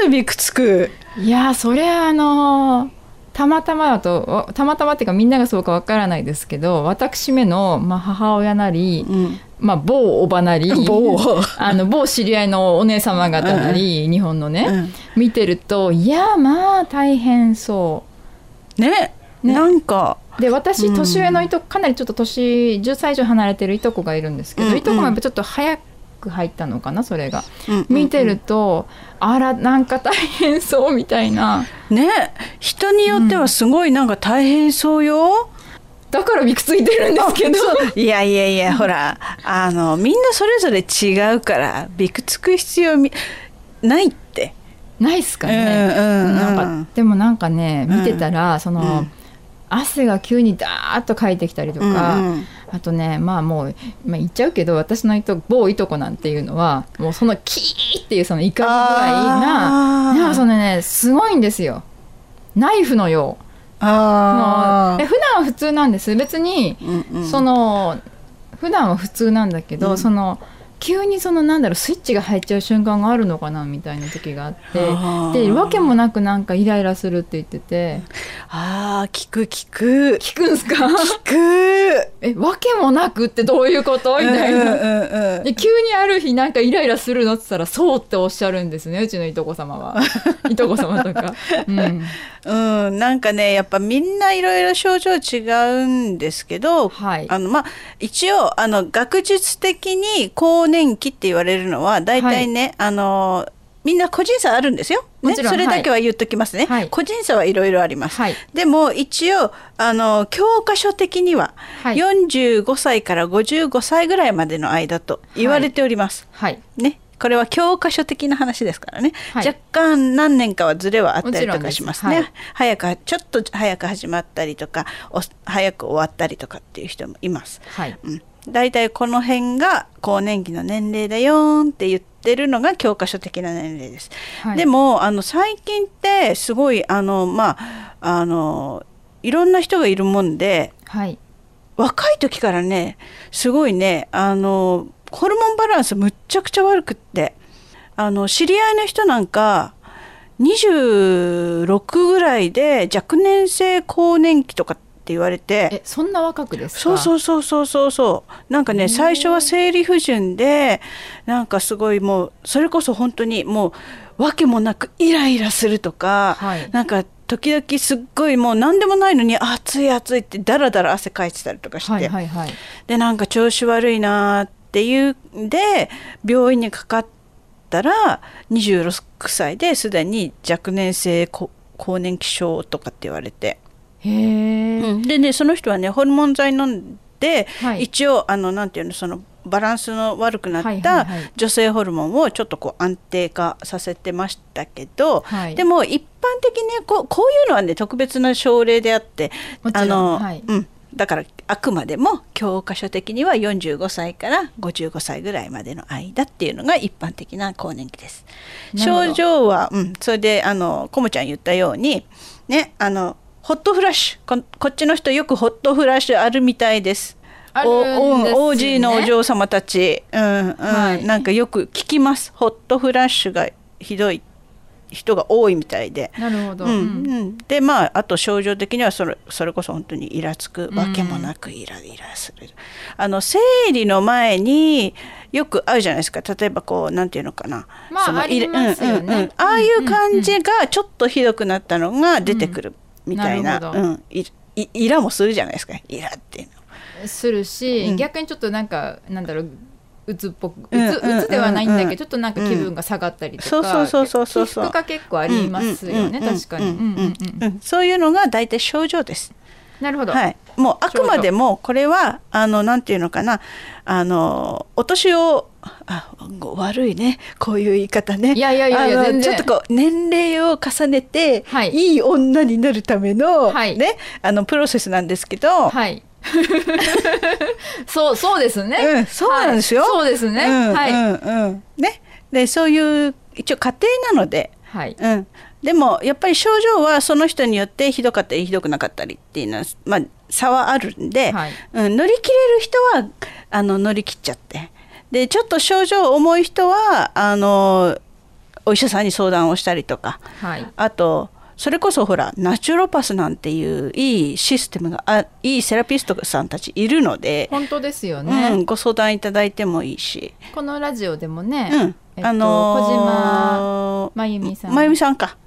N: ぜびくつくいやそれはあのたまたまだとおたまたまっていうかみんながそうかわからないですけど私めの、まあ、母親なり、まあ、某おばなり
G: 某
N: あの某知り合いのお姉様方なり、日本のね、見てるといやまあ大変そうねなんかで私
G: うん
N: 年上のいとかなりちょっと年10歳以上離れてるいとこがいるんですけど、
G: うんうん
N: いとこもやっぱちょっと早く入ったのかなそれが、見てるとあらなんか大変そうみたいな
G: ね人によってはすごいなんか大変そうよ、
N: だからびくついてるんですけど
G: いやいやいやほ らあのみんなそれぞれ違うからびくつく必要みないって
N: ないっすかね、
G: うんうんうん
N: なんかでもなんかね見てたら、その、
G: うん
N: 汗が急にダーッとかいてきたりとか、
G: うんう
N: あとねまあもう、まあ、言っちゃうけど私のいと某いとこなんていうのはもうそのキーっていうその怒り具合
G: あー
N: がなんかそのねすごいんですよナイフのようも
G: あ
N: うえ普段は普通なんです別に、その普段は普通なんだけど、その急にそのなんだろうスイッチが入っちゃう瞬間があるのかなみたいな時があ
G: あ
N: っ
G: ー
N: てで訳もなくなんかイライラするって言ってて
G: あー聞く聞く
N: 聞くんすか
G: 聞く
N: え訳もなくってどういうことみたいな、
G: うんうん
N: で急にある日なんかイライラするのって言ったらそうっておっしゃるんですねうちのいとこ様 はいとこ様とかうん、
G: うん、なんかねやっぱみんないろいろ症状違うんですけど、あのまあ、一応あの学術的に更年期って言われるのは大体ね、あのみんな個人差あるんですよ、ね、
N: もちろん
G: それだけは言っときますね、個人差はいろいろあります、でも一応あの教科書的には45歳から55歳ぐらいまでの間と言われております、ねこれは教科書的な話ですからね、
N: はい
G: 若干何年かはずれはあったりとかしますね。
N: もちろんで
G: 早くちょっと早く始まったりとかお早く終わったりとかっていう人もいます。
N: はい
G: うん、だいたいこの辺が更年期の年齢だよーんって言ってるのが教科書的な年齢です。
N: はい
G: でもあの最近ってすごいあのまああのいろんな人がいるもんで、
N: はい
G: 若い時からねすごいねあのホルモンバランスむっちゃくちゃ悪くってあの知り合いの人なんか26ぐらいで若年性更年期とかって言われて
N: えそんな若くですか
G: そうそうそうそうそうそうなんかね最初は生理不順でなんかすごいもうそれこそ本当にもう訳もなくイライラするとか、なんか時々すっごいもう何でもないのにあ暑い暑いってダラダラ汗かいてたりとかして、
N: はいはいはい
G: でなんか調子悪いなーっていうんで病院にかかったら26歳ですでに若年性こ更年期症とかって言われて。うんでねその人はねホルモン剤飲んで、一応あのなんていうのそのバランスの悪くな
N: はい
G: っ
N: はい
G: た
N: はい
G: 女性ホルモンをちょっとこう安定化させてましたけど、
N: はい
G: でも一般的にねこうこういうのはね特別な症例であって
N: もちろん
G: あの、
N: はい
G: うん、だからあくまでも教科書的には45歳から55歳ぐらいまでの間っていうのが一般的な更年期です。
N: なるほど
G: 症状は、うん、それであのコムちゃん言ったようにねあのホットフラッシュここっちの人よくホットフラッシュあるみたいです。
N: あるんですね
G: おお OG のお嬢様たち、うんうんなんかよく聞きますホットフラッシュがひどい人が多いみたいで。
N: なるほど、
G: うんうん、でまああと症状的にはそれそれこそ本当にイラつくわけもなくイライラする、あの生理の前によく会うじゃないですか例えばこうなんていうのかな、
N: まあ
G: その
N: ありますよね
G: うんうんうんああいう感じがちょっとひどくなったのが出てくるみたいな,、
N: な
G: う
N: る
G: ん
N: ほど
G: いいイラもするじゃないですかイラっていうの
N: するし、
G: うん
N: 逆にちょっとなんかなんだろううつっぽくうつ,、
G: うん
N: うつではないんだけど、
G: うん
N: ちょっとなんか気分が下がったりとか、
G: そうそうそうそうそうそう
N: 起伏が結構ありますよね、
G: うんうんうん
N: 確かに、
G: う
N: うんん
G: うんうんそういうのが大体症状です
N: なるほど、
G: はい、もうあくまでもこれはあのなんていうのかなあのお年をあご悪いねこういう言い方ねいやい
N: やいやいや全
G: ち
N: 然
G: ょっとこう年齢を重ねて、い、い女になるための,、ね、あのプロセスなんですけど、
N: そうそうですね、
G: うん、そうなんですよ、
N: はいそうですね、
G: うん
N: はい、
G: うんうんねでそういう一応家庭なので、うん、でもやっぱり症状はその人によってひどかったりひどくなかったりっていうのは、まあ、差はあるんで、うん、乗り切れる人はあの乗り切っちゃってでちょっと症状重い人はあのお医者さんに相談をしたりとか、
N: はい
G: あとそれこそほらナチュロパスなんていういいシステムがあいいセラピストさんたちいるので、
N: 本当ですよね、
G: うん、ご相談いただいてもいいし。
N: このラジオでもね、
G: うん
N: えっと
G: あのー
N: 小島真由美さん
G: まゆみさんか。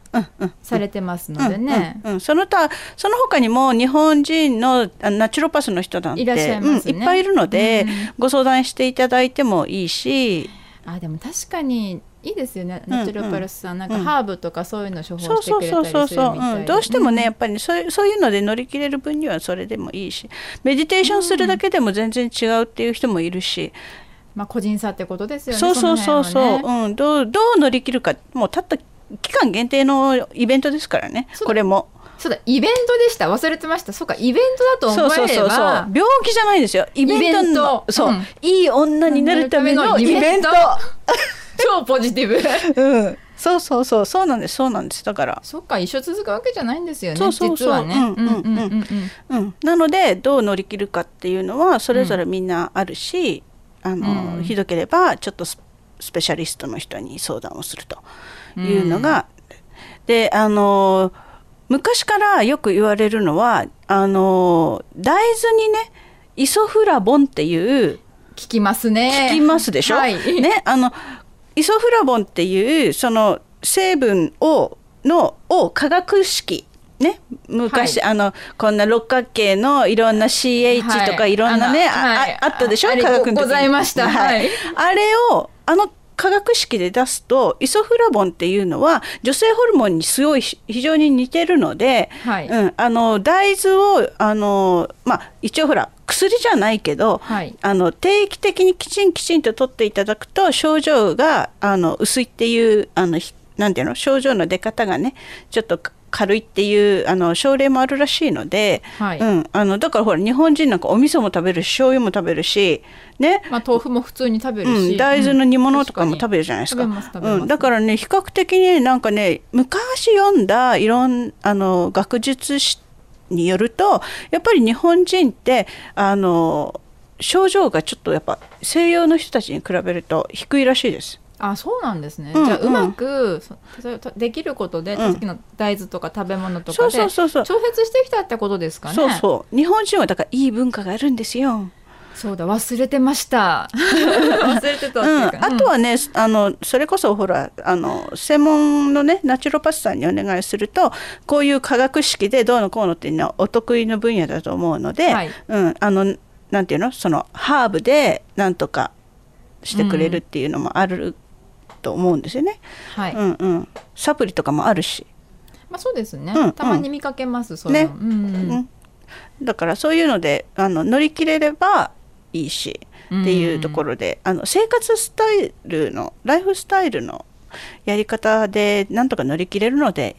N: されてますのでね、
G: うんうんうんその他その他にも日本人のあナチュロパスの人なんて
N: いらっしゃいますね
G: うん、いっぱいいるので、ご相談していただいてもいいし、
N: あでも確かにいいですよね
G: うん
N: ナチュラパルスさん、なんか
G: うん
N: ハーブとかそういうの処
G: そ
N: 方
G: う
N: して
G: そ
N: く
G: う
N: れ
G: そ
N: た
G: う
N: りす
G: そ
N: るみたいう
G: うそ、
N: な
G: うん、どうしてもねやっぱりそういうそういうので乗り切れる分にはそれでもいいしメディテーションするだけでも全然違うっていう人もいるし、
N: まあ個人差ってことですよね
G: そうそうそうそう
N: の辺はね
G: うん、どうどう乗り切るかもうたった期間限定のイベントですからねこれも
N: そうだイベントでした忘れてましたそうかイベントだと思えれば
G: そうそうそうそう病気じゃないですよイベントの
N: イベント
G: そう、
N: うん
G: いい女になるためのイベント
N: 超ポジティブ
G: うんそうそうそうそうなんですそうなんですだから
N: そっか一生続くわけじゃないんですよね
G: そうそう
N: 実
G: そう、
N: はね、
G: うんうんうんうんうんなのでどう乗り切るかっていうのはそれぞれみんなあるし、あの
N: うん
G: ひどければちょっとススペシャリストの人に相談をするというのが、であの昔からよく言われるのはあの大豆にねイソフラボンっていう
N: 聞きますね
G: 聞きますでしょ、
N: はい
G: ねあのイソフラボンっていうその成分をのを化学式ね昔、あのこんな六角形のいろんな CH とか
N: はい
G: いろんなね、
N: あの
G: あ
N: はい
G: ああったでしょ
N: あ
G: 化
N: れ
G: 学の時に
N: ございましたはい
G: あれをあの化学式で出すとイソフラボンっていうのは女性ホルモンにすごいひ非常に似てるので、
N: はい
G: うん、あの大豆をあの、まあ、一応ほら薬じゃないけど、あの定期的にきちんきちんと取っていただくと症状があの薄いっていうあのひなんていうの症状の出方がねちょっとか軽いっていうあの症例もあるらしいので、
N: はい
G: うん、あのだからほら日本人なんかお味噌も食べるし醤油も食べるしね、
N: まあ豆腐も普通に食べる
G: う
N: し、
G: ん、大豆の煮物とかも食べるじゃないですか。
N: 食べます食べます
G: うん、だからね比較的ねなんかね昔読んだいろんあの学術誌によるとやっぱり日本人ってあの症状がちょっとやっぱ西洋の人たちに比べると低いらしいです。
N: あそうなんですね、
G: うん
N: じゃあ
G: うん
N: うまくそ例えばできることで、
G: うん
N: さっきの大豆とか食べ物と
G: そ
N: か
G: う
N: で
G: そうそうそう
N: 調節してきたってことですかね
G: そうそう日本人はだからいい文化があるんですよ。
N: そうだ忘れてました忘れてたっていうか、
G: うん、あとはね、あのそれこそほらあの専門のねナチュロパスさんにお願いするとこういう科学式でどうのこうのっていうのはお得意の分野だと思うので、
N: はい
G: うん、あのなんていうのそのハーブでなんとかしてくれるっていうのもあると思うんですよね。
N: はい
G: うんうん、サプリとかもあるし、
N: まあそうですね、
G: うんうん
N: たまに見かけますそういう
G: ね
N: の、うんうん
G: うんだからそういうのであの乗り切れればいいしっていうところで、あの生活スタイルのライフスタイルのやり方でなんとか乗り切れるので、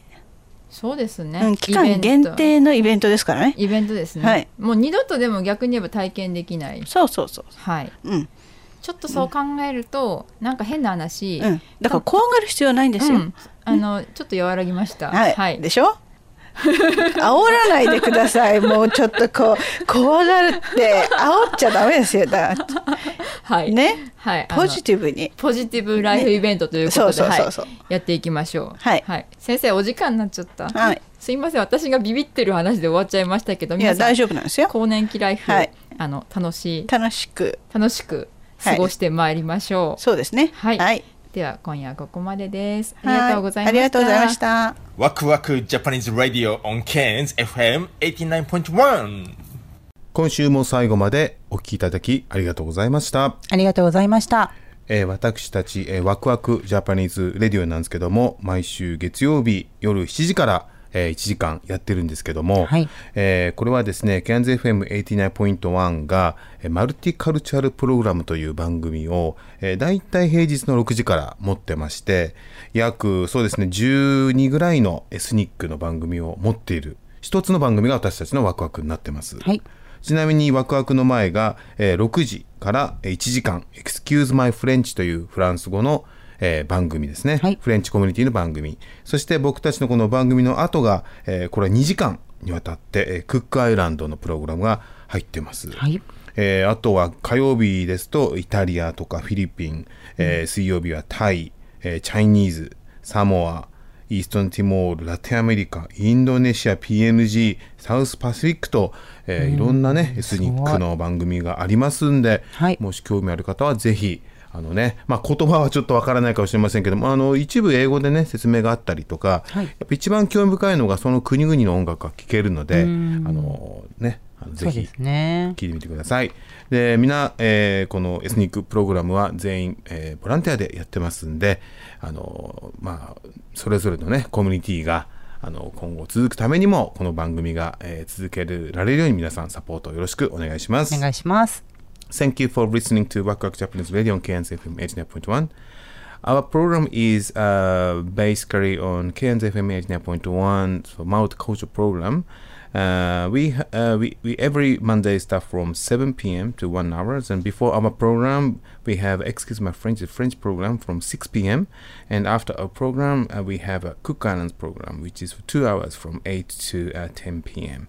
N: そうですね、
G: うん、期間限定のイベントですからね。
N: イベントですね、
G: はい
N: もう二度とでも逆に言えば体験できない
G: そうそうそう。
N: はい、
G: うん
N: ちょっとそう考えると、なんか変な話、
G: うん、だから怖がる必要ないんですよ。
N: うんあのちょっと和らぎました、
G: はい、でしょ煽らないでくださいもうちょっとこう怖がるって煽っちゃダメですよだから
N: はい
G: ね、
N: はい、
G: ポジティブに
N: ポジティブライフイベントということで、
G: ねそうそうそうそう
N: はいやっていきましょう、
G: はい
N: 先生お時間になっちゃった、
G: はい
N: すいません私がビビってる話で終わっちゃいましたけど
G: い
N: 皆さ
G: や
N: ん
G: 大丈夫なんですよ
N: 更年期ライフ、
G: はい
N: あの楽しい
G: 楽しく
N: 楽しく過ごしてまいりましょう、
G: そうですね
N: はい、では今夜はここまでですあ
G: はい
N: りがとうございました
G: ありがとうございました
B: ワクワクジャパニーズ・ラディオ on Cairns FM89.1
H: 今週も最後までお聞きいただきありがとうございました。
I: ありがとうございました。
H: えー私たち、えーワクワクジャパニーズレディオなんですけども毎週月曜日夜7時から、えー1時間やってるんですけども、えーこれはですね CANZFM89.1 が、えーマルティカルチャルプログラムという番組を、えー、大体平日の6時から持ってまして約そうですね12ぐらいのエスニックの番組を持っている一つの番組が私たちのワクワクになってます。ちなみにワクワクの前が、えー6時からえー1時間「Excuse My French」というフランス語の、えー番組ですね、フレンチコミュニティの番組そして僕たちのこの番組の後が、えーこれは2時間にわたって、えークックアイランドのプログラムが入ってます、えーあとは火曜日ですとイタリアとかフィリピン、えー水曜日はタイ、えーチャイニーズサモアイーストンティモール、ラテンアメリカ、インドネシア、PNG、サウスパシフィックと、えーいろんなね、エスニックの番組がありますんで、もし興味ある方はぜひ、あのね、まあ、言葉はちょっとわからないかもしれませんけども、あの、一部英語でね、説明があったりとか、やっぱ一番興味深いのがその国々の音楽が聴けるので、あのね、あの
I: そ
H: ぜ
I: う
H: ひ
I: ですね。
H: 聞いてみてください。で、みんな、えーこのエスニックプログラムは全員、えーボランティアでやってますんで、あのーまあ、それぞれのね、コミュニティが、あの今後続くためにも、この番組が、えー続けられるように皆さんサポートよろしくお願いします。お願
I: いします。
H: Thank you for listening to Wakwak Japanese Radio on KNZFM 89.1. Our program is uh, basically on KNZFM 89.1 for Mouth Culture Program. Uh, we, uh, we, we every Monday start from 7 p.m. to 1 hours, and before our program, we have Excuse My French, the French program from 6 p.m. And after our program, uh, we have a Cook Islands program, which is for two hours from 8 to uh, 10 p.m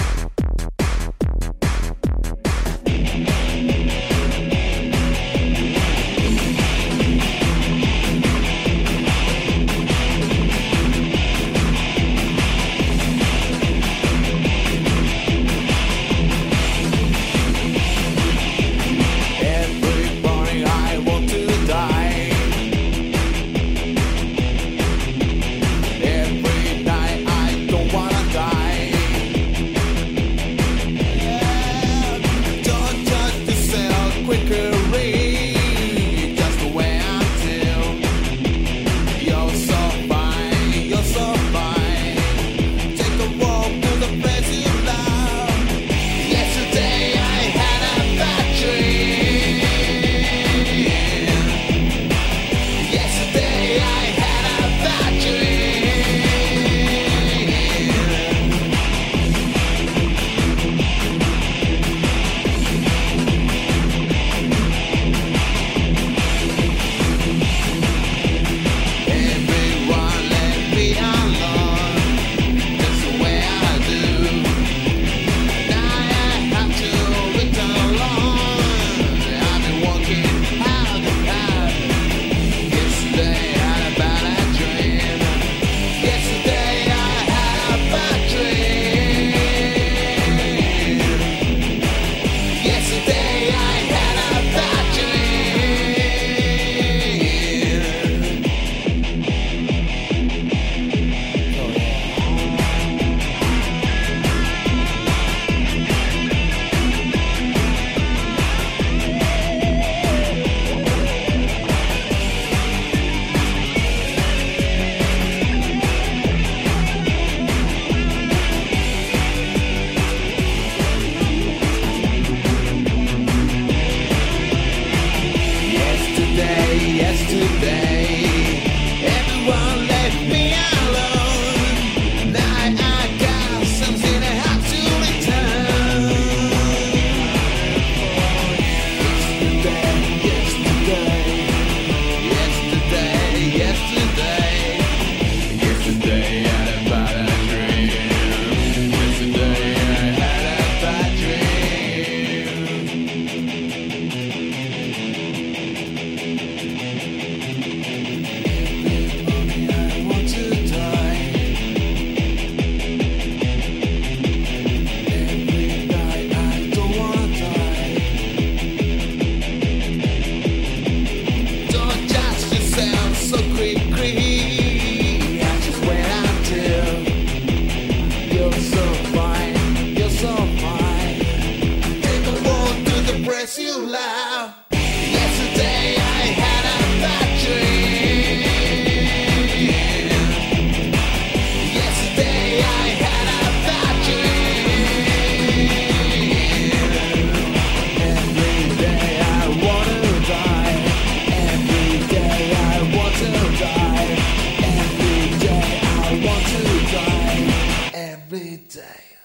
O: Every morning I want to die. Every night I don't wanna die. Don't judge yourself quickly, just the way I feel. You're so fine, you're so fine. Take a walk to the place you love. Yesterday I had a bad dream. Yesterday I had a bad dream. Everyone let me alone. That's the way I do. Yesterday, yesterday, everyone left me alone. Now I got something I have to return. Yesterday, yesterday, yesterday, yesterday, yesterday I had a bad dream. Yesterday I had a bad dream. Don't judge yourself so quickly. I just wait until you're so fine, you're so fine. Take a walk through the press you love. Yesterday I had a bad dream. Yesterday I had a bad dream. Every day I wanna die. Every day I want to die. Every day I want to die. Every day.